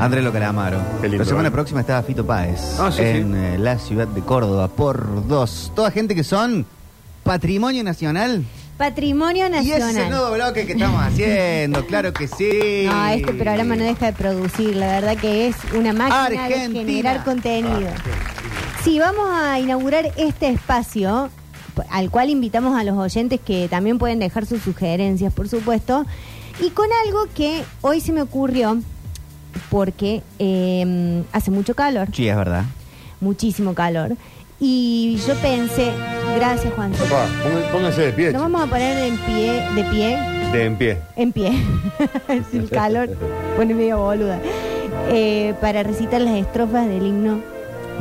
Andrés Locaramaro. Qué lindo, La semana ¿eh? próxima está Fito Páez Ah, sí, en sí. eh, la ciudad de Córdoba por dos. Toda gente que son patrimonio nacional. Patrimonio Y ese Nacional. nuevo bloque que estamos haciendo, claro que sí. No, este programa no deja de producir, la verdad que es una máquina Argentina. de generar contenido. Sí, vamos a inaugurar este espacio p- al cual invitamos a los oyentes que también pueden dejar sus sugerencias, por supuesto, y con algo que hoy se me ocurrió porque eh, hace mucho calor, Sí, es verdad. muchísimo calor, y yo pensé, gracias Juan, Papá, ponga- póngase de pie. nos chico. vamos a poner en pie, de pie, De en pie. en pie. Es el calor pone medio boluda. Eh, para recitar las estrofas del himno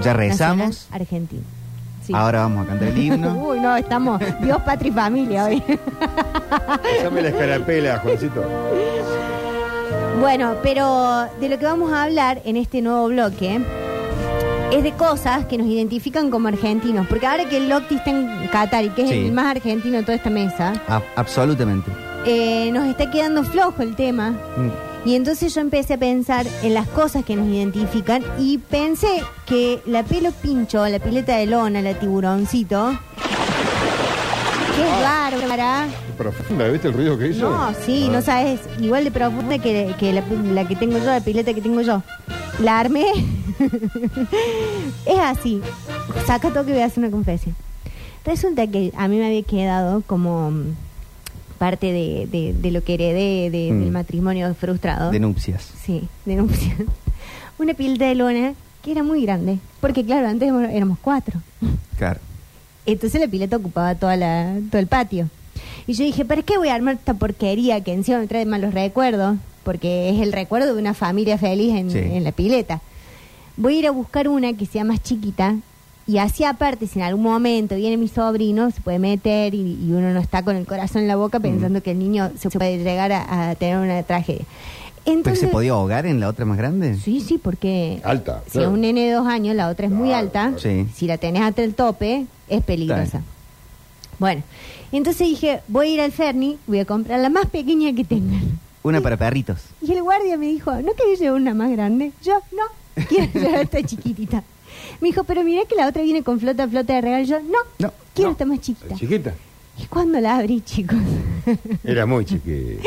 Ya rezamos rezamos. argentino. Ah, Sí. Ahora vamos a cantar el himno. Uy, no, estamos Dios, patria y familia hoy. Dame la escarapela, Juancito. Bueno, pero de lo que vamos a hablar en este nuevo bloque es de cosas que nos identifican como argentinos. Porque ahora que el Locti está en Qatar y que es Sí. el más argentino de toda esta mesa, A- absolutamente. eh, nos está quedando flojo el tema. Mm. Y entonces yo empecé a pensar en las cosas que nos identifican y pensé que la pelo pincho, la pileta de lona, la tiburoncito, que es bárbara. Profunda, ¿viste el ruido que hizo? Ah, No, sí, Ah. no sabes, igual de profunda que, que la, la que tengo yo, la pileta que tengo yo. La armé. es así. Saca todo que voy a hacer una confesión. Resulta que a mí me había quedado como mm, parte de, de- de lo que heredé de- Mm. del matrimonio frustrado. De nupcias. Sí, denuncia. Una pileta de lona que era muy grande. Porque, claro, antes bueno, éramos cuatro. Claro. Entonces la pileta ocupaba toda la, todo el patio. Y yo dije, ¿para qué voy a armar esta porquería que encima me trae malos recuerdos? Porque es el recuerdo de una familia feliz en, Sí. en la pileta. Voy a ir a buscar una que sea más chiquita. Y así aparte, si en algún momento viene mi sobrino, se puede meter y, y uno no está con el corazón en la boca Mm. pensando que el niño se puede llegar a, a tener una tragedia. ¿Pero Entonces, se podía ahogar en la otra más grande? Sí, sí, porque Alta, si claro. es un nene de dos años, la otra es muy Claro, alta. claro. Sí. Si la tenés hasta el tope, es peligrosa. Está bien. Bueno, entonces dije, voy a ir al Ferni, voy a comprar la más pequeña que tengan. Una para perritos. Y el guardia me dijo, ¿no querés llevar una más grande? Yo, no, quiero llevar esta chiquitita. Me dijo, pero mirá que la otra viene con flota, flota de regalo. Yo, no, No, quiero no. esta más chiquita. Chiquita. ¿Y cuándo la abrí, chicos? Era muy chiquita. es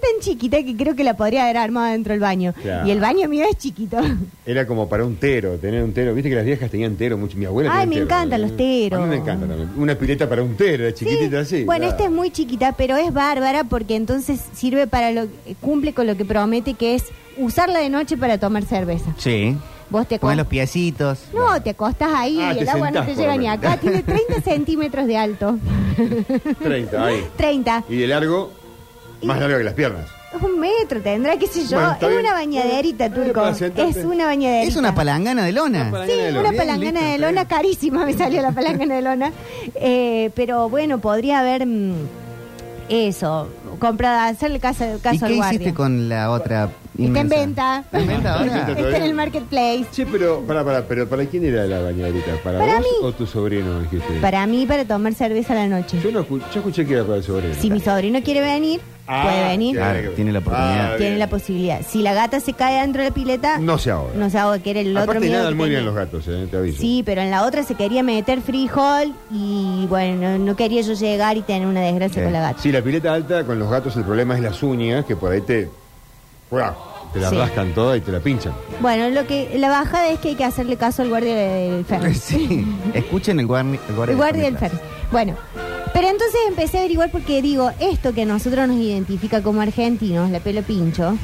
tan chiquita que creo que la podría haber armado dentro del baño. Claro. Y el baño mío es chiquito. Era como para un tero, tener un tero. Viste que las viejas tenían tero, mucho. Mi abuela Ay, tenía me tero, encantan ¿no? los teros. A mí me encantan también. Una pileta para un tero, era chiquitita Sí. así. Bueno, este nada. esta es muy chiquita, pero es bárbara porque entonces sirve para lo cumple con lo que promete que es usarla de noche para tomar cerveza. Sí. Vos te Pones acos- los piecitos. No, te acostás ahí Ah, y te el agua no sentás, te por llega lo ni menos. acá. Tiene 30 centímetros de alto. 30, ahí. 30. Y de largo, más largo que las piernas. Un metro tendrá, qué sé yo. Bueno, está es bien. una bañaderita, Bueno, turco. para sentarte. Es una bañaderita. Es una palangana de Una lona. palangana. Sí, de lona. una Bien, palangana listo, de está lona bien. carísima me salió la palangana de lona. Eh, pero bueno, podría haber mm, eso, comprada, hacerle caso, caso ¿Y al qué guardia. hiciste con la otra Está en inmensa? venta. ¿Está en venta Está en ahora? venta. Está en Este el marketplace. Che, pero para, para, pero ¿para quién era la bañaderita? ¿Para, Para vos mí. o tu sobrino, dijiste? Para mí, para tomar cerveza a la noche. Yo, no, escu- yo escuché que era para el sobrino. Si mi sobrino quiere venir, Ah, puede venir. claro. Claro, tiene la oportunidad. Ah, Tiene bien. la posibilidad. Si la gata se cae dentro de la pileta, No se ahoga. no se ahoga, que era el otro Aparte miedo nadan que muy tenía. bien los gatos, eh, te aviso. Sí, pero en la otra se quería meter frijol y bueno, no quería yo llegar y tener una desgracia Sí. con la gata. Sí, la pileta alta con los gatos el problema es las uñas, que por ahí te. ¡guau! Te la Sí. rascan toda y te la pinchan. Bueno, lo que la bajada es que hay que hacerle caso al guardia del ferry. Sí. Escuchen el guarni- El guardia del Fernet. ferry. Bueno, pero entonces empecé a averiguar porque digo, esto que a nosotros nos identifica como argentinos, la pelo pincho,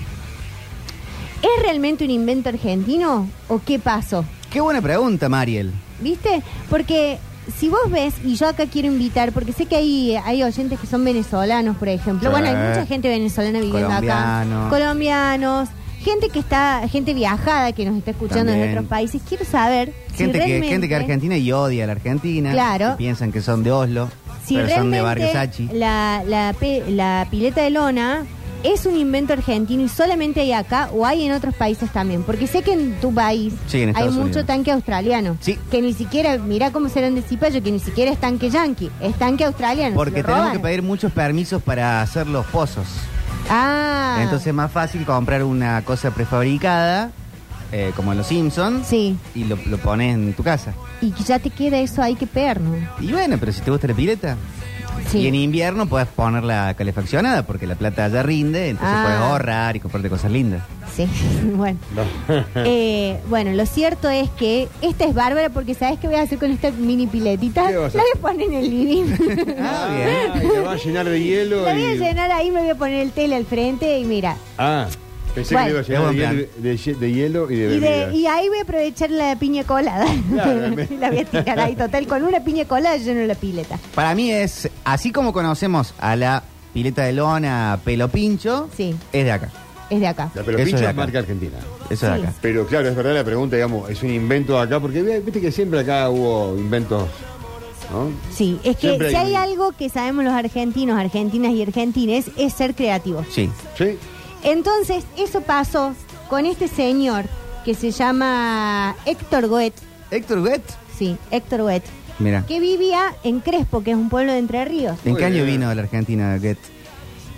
¿es realmente un invento argentino o qué pasó? Qué buena pregunta, Mariel. ¿Viste? Porque si vos ves, y yo acá quiero invitar, porque sé que hay, hay oyentes que son venezolanos, por ejemplo. Sí. Bueno, hay mucha gente venezolana viviendo Colombianos. acá. Colombianos. Gente que está, gente viajada que nos está escuchando en También. otros países. Quiero saber si Gente, que, realmente, gente que es argentina y odia a la Argentina. Claro. que piensan que son de Oslo, si pero son de Barrio Sachi. realmente la, la, pe- la pileta de lona es un invento argentino y solamente hay acá o hay en otros países también. Porque sé que en tu país Sí, en hay Estados mucho Unidos. tanque australiano. Sí. Que ni siquiera, mirá cómo serán de Cipayo, que ni siquiera es tanque yanqui, es tanque australiano. Porque se lo tenemos roban. que pedir muchos permisos para hacer los pozos. Ah, Entonces es más fácil comprar una cosa prefabricada eh, como en Los Simpsons, Sí. y lo, lo pones en tu casa. Y que ya te queda eso ahí que perno. Y bueno, pero si te gusta la pileta. Sí. Y en invierno puedes ponerla calefaccionada porque la plata ya rinde, entonces Ah. puedes ahorrar y comprarte cosas lindas. Sí, bueno. Ah. Eh, bueno, lo cierto es que esta es bárbara porque ¿sabes qué voy a hacer con esta mini piletita? ¿Qué La vas a voy a poner en el living. Ah, bien. Ah, y la van a llenar de hielo. La voy a y- llenar ahí, me voy a poner el tele al frente y mira. Ah, pensé Bueno. que le iba a Es llenar buen de, hiel- de hie- de hielo y de Y, de- bebidas. y ahí voy a aprovechar la piña colada. Claro, me- la voy a tirar ahí, total. Con una piña colada lleno la pileta. Para mí es, así como conocemos a la pileta de lona pelo pincho, Sí. es de acá. Es de acá. La pero Eso es de pincha acá. marca argentina. Eso es Sí. de acá. Pero claro, es verdad la pregunta, digamos, es un invento acá, porque ve- viste que siempre acá hubo inventos, ¿no? Sí, es que Siempre hay si hay un- algo que sabemos los argentinos, argentinas y argentines, es ser creativos. Sí. Sí. Entonces, eso pasó con este señor que se llama Héctor Goet. Héctor Goet, Sí, Héctor Goet. mira, Que vivía en Crespo, que es un pueblo de Entre Ríos. ¿en Muy qué año bien. vino de la Argentina Goet?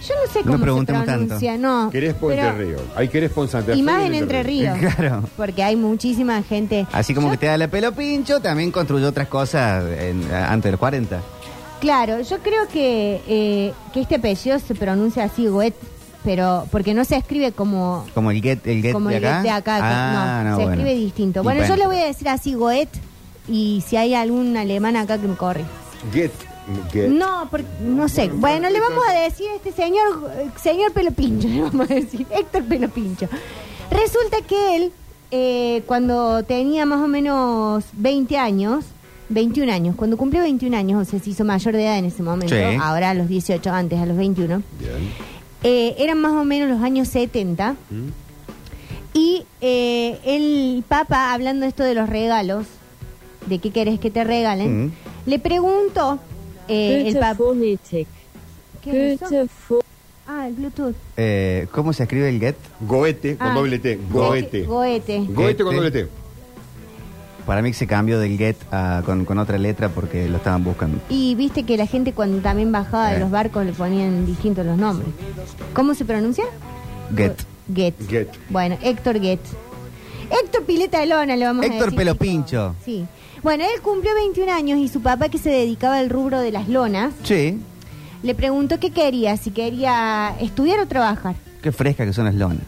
Yo no sé No cómo se preguntemos tanto. pronuncia, no. Querés por pero- Entre Ríos. Hay querés por Santa Fe Y más en Entre Entre Ríos. Claro. Porque hay muchísima gente. Así como Yo- que te da la pelo pincho, también construyó otras cosas en- antes de los 40. Claro, yo creo que, eh, que este apellido se pronuncia así, Goet, pero porque no se escribe como, Como el Goet, el Goet como de el acá. Goethe de acá. que- Ah, no, no, se bueno. escribe distinto. Bueno, yo Bueno. le voy a decir así, Goet, y si hay algún alemán acá que me corre. Get. Get. No, por- no sé. Bueno, Bueno, bueno, le vamos a entonces- decir a este señor, eh, señor Pelopincho, le vamos a decir, Héctor Pelopincho. Resulta que él, eh, cuando tenía más o menos 20 años, 21 años, cuando cumplió 21 años, o sea, se hizo mayor de edad en ese momento, Sí. ahora a los 18, antes a los 21, Bien. eh, eran más o menos los años 70, Mm. y eh, el Papa, hablando esto de los regalos, de qué querés que te regalen, Mm. le preguntó eh, el Papa... Goethe-Phonetik. ¿Qué es eso? Goethe-Phonetik. Ah, el Bluetooth. Eh, ¿Cómo se escribe el Goet? Goete con Ah. doble T. Goete. Goete. Goete con doble Goete. T. Para mí que se cambió del Goet a- con, con otra letra porque lo estaban buscando. Y viste que la gente cuando también bajaba de Eh. los barcos le ponían distintos los nombres. ¿Cómo se pronuncia? Goet. Get. Get. Bueno, Héctor Get. Héctor Pileta de Lona le vamos a Héctor decir. Pelopincho. tipo. Sí. Bueno, él cumplió 21 años y su papá que se dedicaba al rubro de las lonas Sí, le preguntó qué quería, si quería estudiar o trabajar. qué fresca que son las lonas.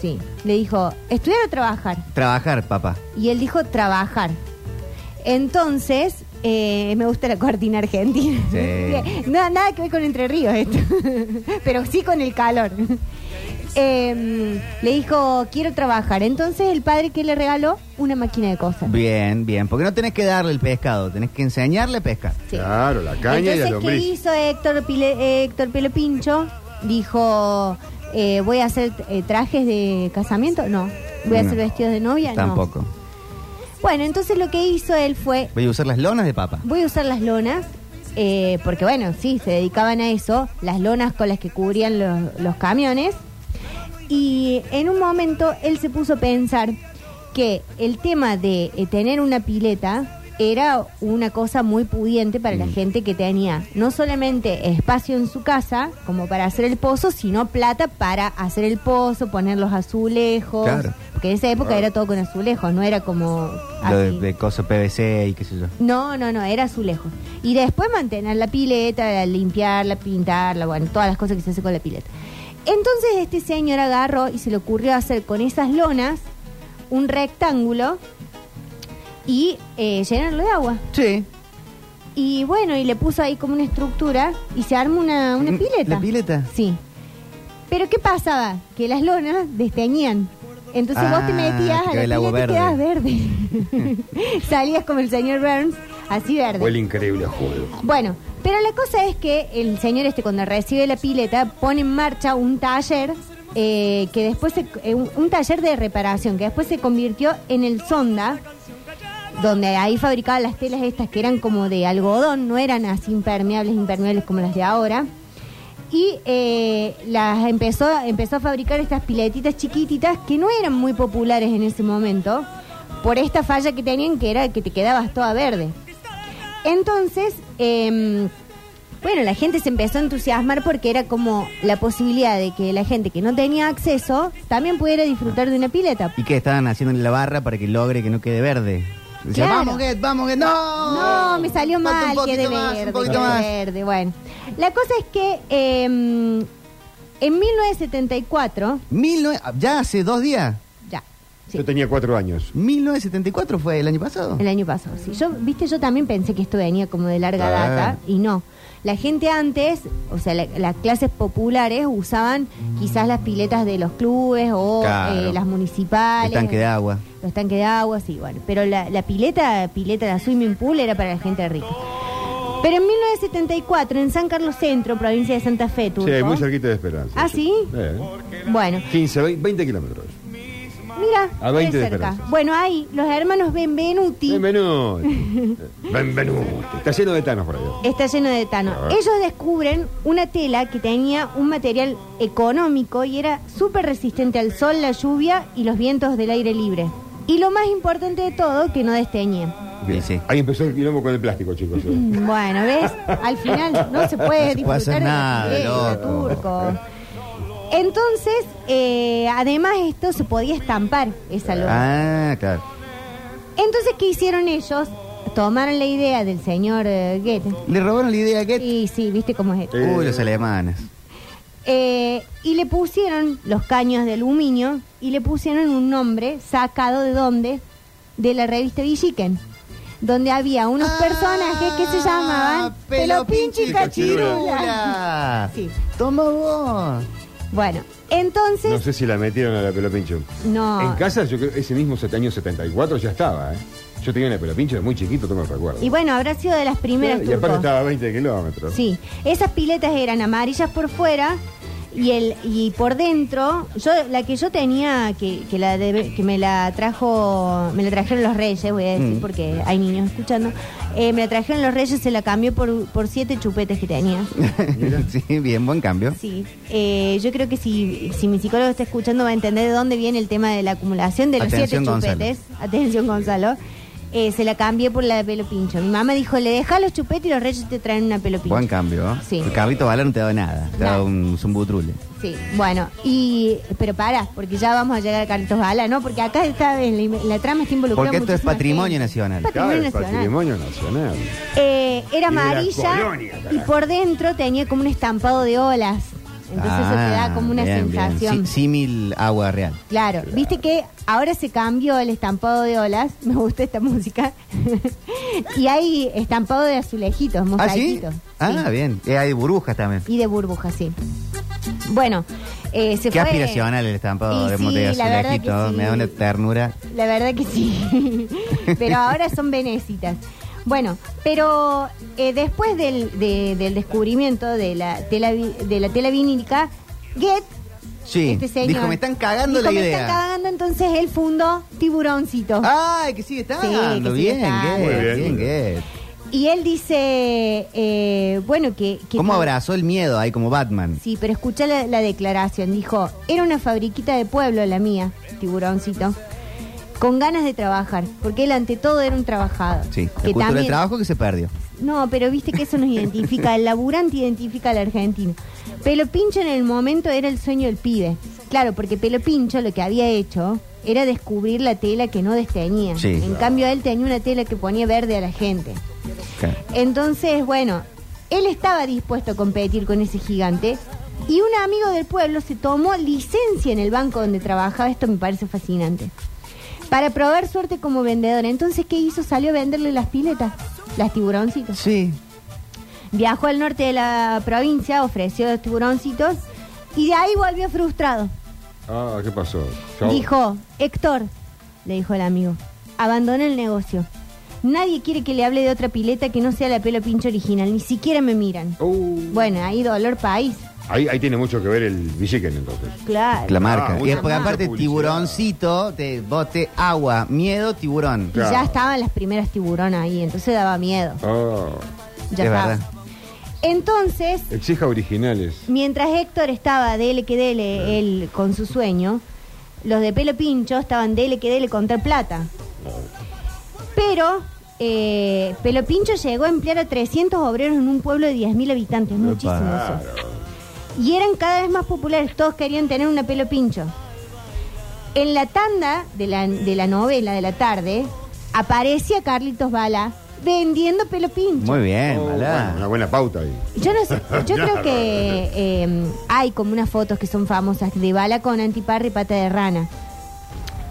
Sí. Le dijo, estudiar o trabajar. Trabajar, papá. Y él dijo trabajar. Entonces, eh, me gusta la cortina argentina. Sí. No, nada que ver con Entre Ríos esto, pero sí con el calor. Em, le dijo, quiero trabajar. Entonces el padre que le regaló una máquina de cosas. Bien, bien. Porque no tenés que darle el pescado, tenés que enseñarle a pescar. Sí. Claro, la caña y la Entonces, ¿qué lombriz. hizo Héctor, Pile, Héctor Pelopincho? Dijo, eh, voy a hacer eh, trajes de casamiento. No. Voy a No. hacer vestidos de novia. No. Tampoco. Bueno, entonces lo que hizo él fue Voy a usar las lonas de papá. Voy a usar las lonas, eh, porque bueno, sí, se dedicaban a eso, las lonas con las que cubrían los, los camiones. Y en un momento él se puso a pensar que el tema de eh, tener una pileta era una cosa muy pudiente para Mm. la gente que tenía no solamente espacio en su casa como para hacer el pozo, sino plata para hacer el pozo, poner los azulejos. Claro. Porque en esa época era todo con azulejos, no era como... Lo de, así. de coso PVC y qué sé yo. No, no, no, era azulejo. Y después mantener la pileta, limpiarla, pintarla, bueno, todas las cosas que se hace con la pileta. Entonces este señor agarró y se le ocurrió hacer con esas lonas un rectángulo y eh, llenarlo de agua. Sí. Y bueno, y le puso ahí como una estructura y se armó una, una Mm, pileta. ¿La pileta? Sí. Pero ¿qué pasaba? Que las lonas desteñían. Entonces vos te Ah, metías te a la quedaba el agua pileta y quedabas verde. Salías como el señor Burns, así verde. Fue el increíble juego. Bueno, pero la cosa es que el señor este cuando recibe la pileta pone en marcha un taller eh, que después se- eh, un, un taller de reparación que después se convirtió en el Sonda donde ahí fabricaban las telas estas que eran como de algodón, no eran así impermeables, impermeables como las de ahora. Y eh, las empezó, empezó a fabricar estas piletitas chiquititas que no eran muy populares en ese momento, por esta falla que tenían que era que te quedabas toda verde. Entonces, eh, Bueno, la gente se empezó a entusiasmar porque era como la posibilidad de que la gente que no tenía acceso también pudiera disfrutar de una pileta. ¿Y qué estaban haciendo en la barra para que logre que no quede verde? Decía, Claro. vamos, Get, vamos, Get, no. No, me salió Falta mal, Un que de poquito más, verde, un poquito que de más. verde, bueno. La cosa es que eh, en 1974, Mil nue- ya hace dos días. ya, sí, Yo tenía cuatro años. 1974 fue el año pasado. el año pasado, sí. Yo, viste, yo también pensé que esto venía como de larga Ah. data y no. La gente antes, o sea, la- las clases populares usaban quizás las piletas de los clubes o Claro. eh, las municipales. El tanque de agua. Los tanques de agua, sí, bueno. Pero la, la pileta, pileta, la swimming pool era para la gente rica. Pero en 1974, en San Carlos Centro, provincia de Santa Fe, Turco, Sí, muy cerquita de Esperanza. ¿Ah, sí? Eh, Bueno, 15, 20, 20 kilómetros. mira, A 20 qué de cerca. Esperanza. Bueno, ahí, los hermanos Benvenuti. Benvenuti. Benvenuti. Está lleno de tanos por allá. Está lleno de A etano. ver. Ellos descubren una tela que tenía un material económico y era súper resistente al sol, la lluvia y los vientos del aire libre. Y lo más importante de todo, que no desteñía. Bien, sí. Ahí empezó el quilombo con el plástico, chicos. eh. Bueno, ¿ves? Al final no se No se puede puede disfrutar hacer de la nada, pileta, loco. turco. Entonces, eh, además esto se podía estampar, esa loca. Ah, claro. Entonces, ¿qué hicieron ellos? Tomaron la idea del señor eh, Goethe. Le robaron la idea a Get. Y sí, viste cómo es esto. Eh. Uy, los alemanes. Eh, y le pusieron los caños de aluminio y le pusieron un nombre sacado de dónde? De la revista Villiquen, donde había unos Ah, personajes que se llamaban Pelopinchi Ah, y Cachirula. Cachirula. Sí. Toma vos. Bueno, entonces... No sé si la metieron a la pelopincho. No. En casa, yo creo, ese mismo set- año 74 ya estaba, ¿eh? Yo tenía la pelopincho, era muy chiquito, tengo el recuerdo. Y bueno, habrá sido de las primeras y aparte turcos. estaba a 20 kilómetros. Sí, esas piletas eran amarillas por fuera y el y por dentro, yo la que yo tenía que, que la de- que me la trajo, me la trajeron los Reyes, voy a decir Mm. porque hay niños escuchando. eh, me la trajeron los Reyes, se la cambió por, por siete chupetes que tenía. sí, bien, buen cambio. Sí, eh, yo creo que si, si mi psicólogo está escuchando va a entender de dónde viene el tema de la acumulación de los Atención, siete chupetes. Atención, Gonzalo. Eh, se la cambié por la de pelo pincho. Mi mamá dijo, le deja los chupetes y los reyes te traen una pelo pincho. Buen cambio. ¿eh? Sí. El carrito balón no te da nada. Te da Nada. un zumbutrule. Sí, bueno, y pero para, porque ya vamos a llegar a Carlitos Gala, ¿no? Porque acá está en la, in- la trama está involucrada. Porque esto es muchísima patrimonio gente. nacional. Claro, Patrimonio el nacional. patrimonio nacional. Eh, era Y de la amarilla colonia, carajo. y por dentro tenía como un estampado de olas. Entonces eso te da como una Ah, bien, bien. sensación. Sí- símil agua real. Claro, viste que ahora se cambió el estampado de olas, me gusta esta música, y hay estampado de azulejitos, ¿Ah, sí? mosaiquitos. Ah, Sí. bien. Eh, hay burbujas también. Y de burbujas, sí. Bueno, eh, se Qué fue... aspiracional el estampado Y de sí, Montevideo la verdad Azulejito, que sí. Me da una ternura. La verdad que sí. pero ahora son benécitas. Bueno, pero eh, después del, de- del descubrimiento de la tela, vi- de la tela vinílica, Get, Sí. este señor. dijo, me están cagando dijo, la Me idea. Ah. están cagando, entonces él fundó Tiburoncito. Ay, que sigue Sí, estando. que sigue bien, estando. Gued, Muy bien, bien, muy bien. Gued. Y él dice, eh, bueno, que... que ¿Cómo abrazó el miedo ahí como Batman? Sí, pero escucha la, la declaración. Dijo, era una fabriquita de pueblo la mía, tiburoncito, con ganas de trabajar, porque él ante todo era un trabajador. Sí. La que cultura del también, trabajo que se perdió. No, pero viste que eso nos identifica, el laburante identifica al argentino. Pelo Pincho en el momento era el sueño del pibe. Claro, porque Pelo Pincho lo que había hecho era descubrir la tela que no desteñía. Sí. En cambio, él tenía una tela que ponía verde a la gente. Claro. Entonces, bueno, él estaba dispuesto a competir con ese gigante y un amigo del pueblo se tomó licencia en el banco donde trabajaba, esto me parece fascinante, para probar suerte como vendedor. Entonces, ¿qué hizo? Salió a venderle las piletas, las tiburoncitos. Sí. Viajó al norte de la provincia, ofreció los tiburoncitos y de ahí volvió frustrado. Ah, ¿qué pasó? Chau. Dijo, Héctor, le dijo el amigo, abandona el negocio. Nadie quiere que le hable de otra pileta que no sea la pelo pincho original, ni siquiera me miran. Uh, Bueno, ahí dolor país. ahí, ahí tiene mucho que ver el Villiquen, entonces. Claro. La marca. Ah, y mucha- porque mucha aparte, publicidad. tiburoncito, te bote agua, miedo, tiburón. Y ya Claro. estaban las primeras tiburonas ahí, entonces daba miedo. Ah, Ya Es estaba. verdad. Entonces, exija originales. mientras Héctor estaba dele que dele él con su sueño, los de pelo pincho estaban dele que dele contra plata. Pero eh, Pelopincho llegó a emplear a 300 obreros en un pueblo de 10.000 habitantes, Pero muchísimos. para- Y eran cada vez más populares, todos querían tener una Pelopincho. En la tanda de la, de la novela de la tarde, aparecía Carlitos Bala vendiendo Pelopincho. Muy bien, Oh, Malá. bueno, una buena pauta ahí. Yo no sé, yo creo que eh, hay como unas fotos que son famosas de bala con antiparra y pata de rana.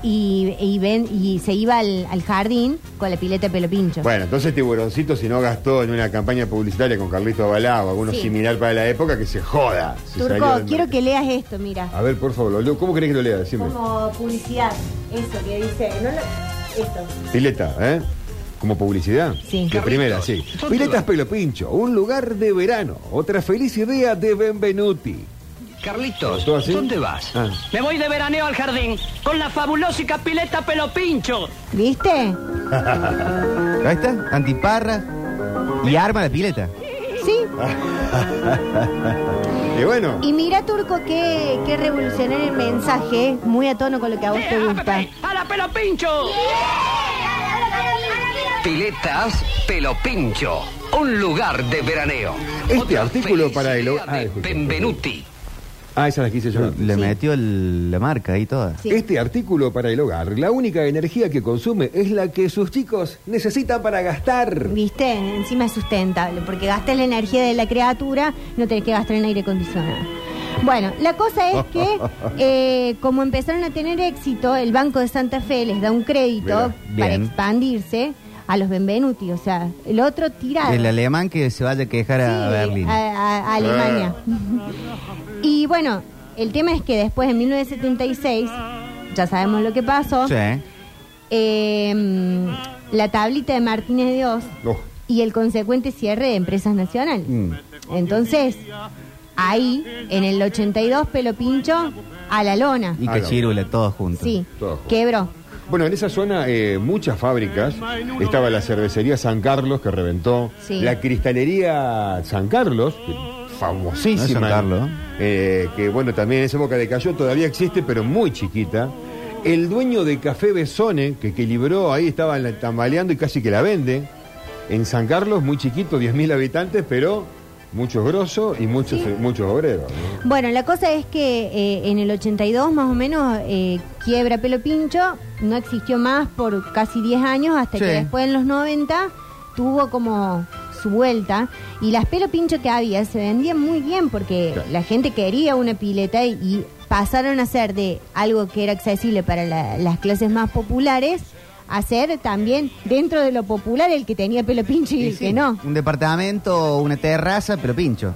Y, y ven, y se iba al, al jardín con la pileta de pelo pincho. Bueno, entonces Tiburoncito, si no gastó en una campaña publicitaria con Carlito Balá o alguno Sí. similar para la época, que se joda. si salió Turco, del quiero mercado. que leas esto, mira. Ah, A ver, por favor, lo- ¿cómo querés que lo lea? Decime. Como publicidad, eso que dice, no lo- esto. Pileta, ¿eh? Como publicidad. Sí. De primera, sí. Piletas Pelo Pincho, un lugar de verano. Otra feliz idea de Benvenuti. Carlitos, ¿Todo así? ¿dónde vas? Ah. Me voy de veraneo al jardín con la fabulosa pileta Pelopincho. ¿Viste? Ahí está, antiparra y arma la pileta. Sí. Ah. Y bueno, Y mira, Turco, qué, qué revolucionario el mensaje, muy a tono con lo que a vos Eh, te gusta. ¡A la Pelopincho! Piletas Pelopincho, un lugar de veraneo. Este Otra artículo feliz para el- idea ah, de escucha. Benvenuti. ah, esa la quise yo. Le Sí. metió el- la marca ahí toda. Sí. Este artículo para el hogar, la única energía que consume es la que sus chicos necesitan para gastar. ¿Viste? Encima es sustentable, porque gastas la energía de la criatura, no tenés que gastar en aire acondicionado. Bueno, la cosa es que, eh, como empezaron a tener éxito, el Banco de Santa Fe les da un crédito Mira, bien. para expandirse a los Benvenuti, o sea, el otro tirado. El alemán que se vaya a quejar Sí, a Berlín. a- a- a Alemania. Ah. y bueno, el tema es que después, en 1976, ya sabemos lo que pasó, Sí. eh, mm, la tablita de Martínez de Oz No. y el consecuente cierre de empresas nacionales. Entonces, ahí, en el 82, pelo pincho a la lona. Y Ah, que no. chirule todos juntos. Sí, todo junto. quebró. Bueno, en esa zona eh, muchas fábricas. Estaba la cervecería San Carlos que reventó. Sí. La cristalería San Carlos, que- famosísima. No es San Carlos. Eh, que bueno, también esa boca de cayó todavía existe, pero muy chiquita. El dueño de Café Besone, que equilibró, ahí estaba la- tambaleando y casi que la vende. En San Carlos, muy chiquito, 10.000 habitantes, pero muchos grosos y muchos, muchos obreros. ¿no? Bueno, la cosa es que eh, en el 82 más o menos eh, quiebra pelo pincho, no existió más por casi 10 años, hasta que Sí. después en los 90 tuvo como su vuelta y las pelo pincho que había se vendían muy bien porque Claro. la gente quería una pileta y, y pasaron a ser de algo que era accesible para la- las clases más populares a ser también dentro de lo popular el que tenía pelo pincho y, Y el sí, que no. Un departamento, una terraza, pero pincho.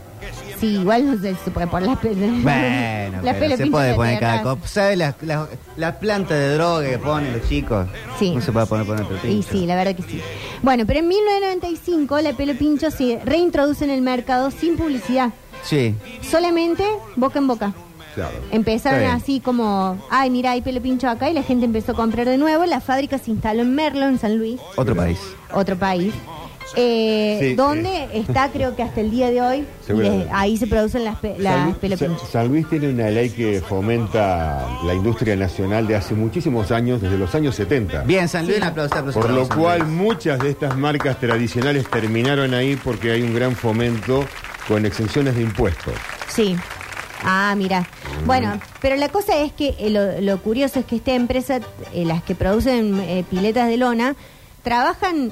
Sí, igual no sé, se puede poner las pelotas. Bueno, pero se puede poner cada cosa. ¿Sabe las las- las plantas de droga que ponen los chicos? Sí. No se puede poner poner pero Y pincho. sí, la verdad que sí. Bueno, pero en 1995 la Pelo Pincho se reintroduce en el mercado sin publicidad, Sí. solamente boca en boca. Claro. Empezaron Está bien. así como, ay, mira, hay Pelo Pincho acá y la gente empezó a comprar de nuevo. La fábrica se instaló en Merlo, en San Luis, Otro país. otro país. eh, Sí, donde está creo que hasta el día de hoy y Seguramente. de- ahí se producen las, pe- las San Luis- Pelo San- Pincho. San Luis tiene una ley que fomenta la industria nacional de hace muchísimos años, desde los años 70. Bien, San Luis, un aplauso. aplauso, Por lo aplauso, cual San Luis. muchas de estas marcas tradicionales terminaron ahí porque hay un gran fomento con exenciones de impuestos. Sí. Ah, mira. Bueno, pero la cosa es que eh, lo, lo curioso es que esta empresa, eh, las que producen eh, piletas de lona, trabajan,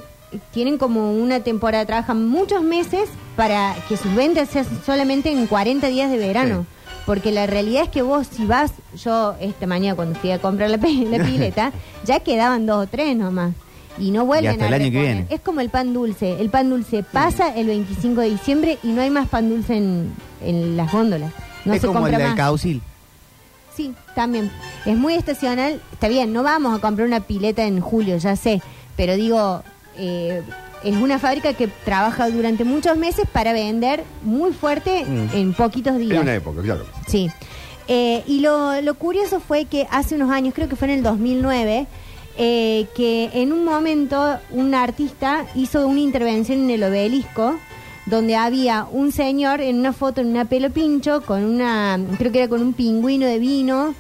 tienen como una temporada, trabajan muchos meses para que sus ventas sean solamente en 40 días de verano. Porque la realidad es que vos si vas, yo esta mañana cuando fui a comprar la, pi- la pileta, ya quedaban dos o tres nomás. Y no vuelven hasta el a año que reponer. viene. Es como el pan dulce. El pan dulce pasa el 25 de diciembre y no hay más pan dulce en, en las góndolas. No es se como el compra del más. caucil. Sí, también. Es muy estacional. Está bien, no vamos a comprar una pileta en julio, ya sé. Pero digo, eh, es una fábrica que trabaja durante muchos meses para vender muy fuerte Mm. en poquitos días. En una época, claro. Sí. Eh, y lo, lo curioso fue que hace unos años, creo que fue en el 2009, eh, que en un momento un artista hizo una intervención en el obelisco donde había un señor en una foto en una pelo pincho con una creo que era con un pingüino de vino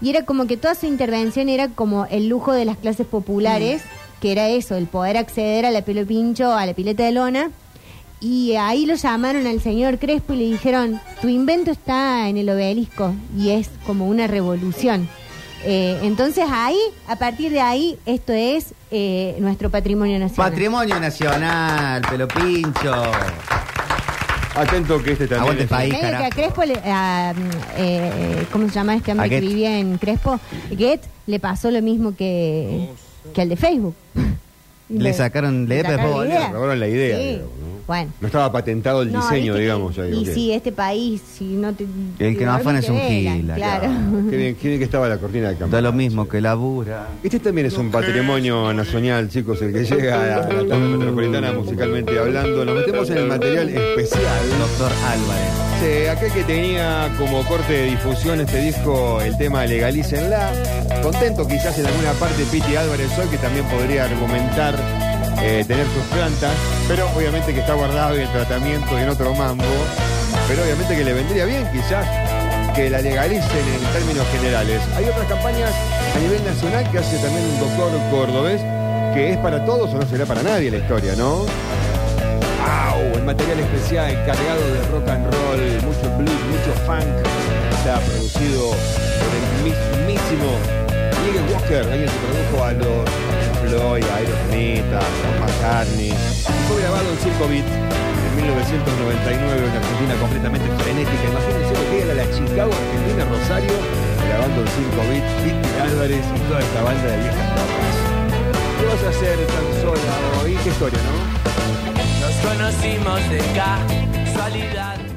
y era como que toda su intervención era como el lujo de las clases populares que era eso, el poder acceder a la Pelo Pincho, a la pileta de lona. Y ahí lo llamaron al señor Crespo y le dijeron, tu invento está en el obelisco y es como una revolución. Eh, entonces ahí, a partir de ahí, esto es eh, nuestro patrimonio nacional. Patrimonio nacional, pelo pincho. Atento que este también. Aguante es- el país. Medio que a carajo. Crespo, le- a, mm, eh, ¿cómo se llama este A hombre que Goethe. vivía en Crespo? Get le pasó lo mismo que, que al de Facebook. Le sacaron la le idea, pero después sacaron la volvieron. idea. Robaron la idea, Sí. digamos, ¿no? Bueno. No estaba patentado el No, diseño, viste que- digamos. ya digo y que- sí, este país, si no te. El que no afana es un vela, gila, Claro. ah, Qué bien, qué bien que estaba la cortina de cámara. Da lo mismo que labura. Este también es un patrimonio nacional, chicos, el que llega a la, a la tarde metropolitana musicalmente hablando. Nos metemos en el material especial. Doctor Álvarez. Sí, Este, aquel que tenía como corte de difusión este disco el tema Legalícenla. Contento quizás en alguna parte Piti Álvarez hoy, que también podría argumentar eh, tener sus plantas, pero obviamente que está guardado y el tratamiento y en otro mambo. Pero obviamente que le vendría bien quizás que la legalicen en términos generales. Hay otras campañas a nivel nacional que hace también un doctor cordobés, que es para todos o no será para nadie la historia, ¿no? ¡Wow! El material especial cargado de rock and roll, mucho blues, mucho funk. Está producido por el mismísimo Miguel Walker, alguien que produjo a los Floyd, a Aerosmith, a Paul McCartney. Y fue grabado en 5 bits en 1999 en Argentina completamente frenética. Imagínense lo que era la Chicago Argentina Rosario grabando en 5 bits, Pete Álvarez y toda esta banda de viejas locas. ¿Qué vas a hacer tan sola hoy? ¿Qué historia, no? Nos conocimos de casualidad.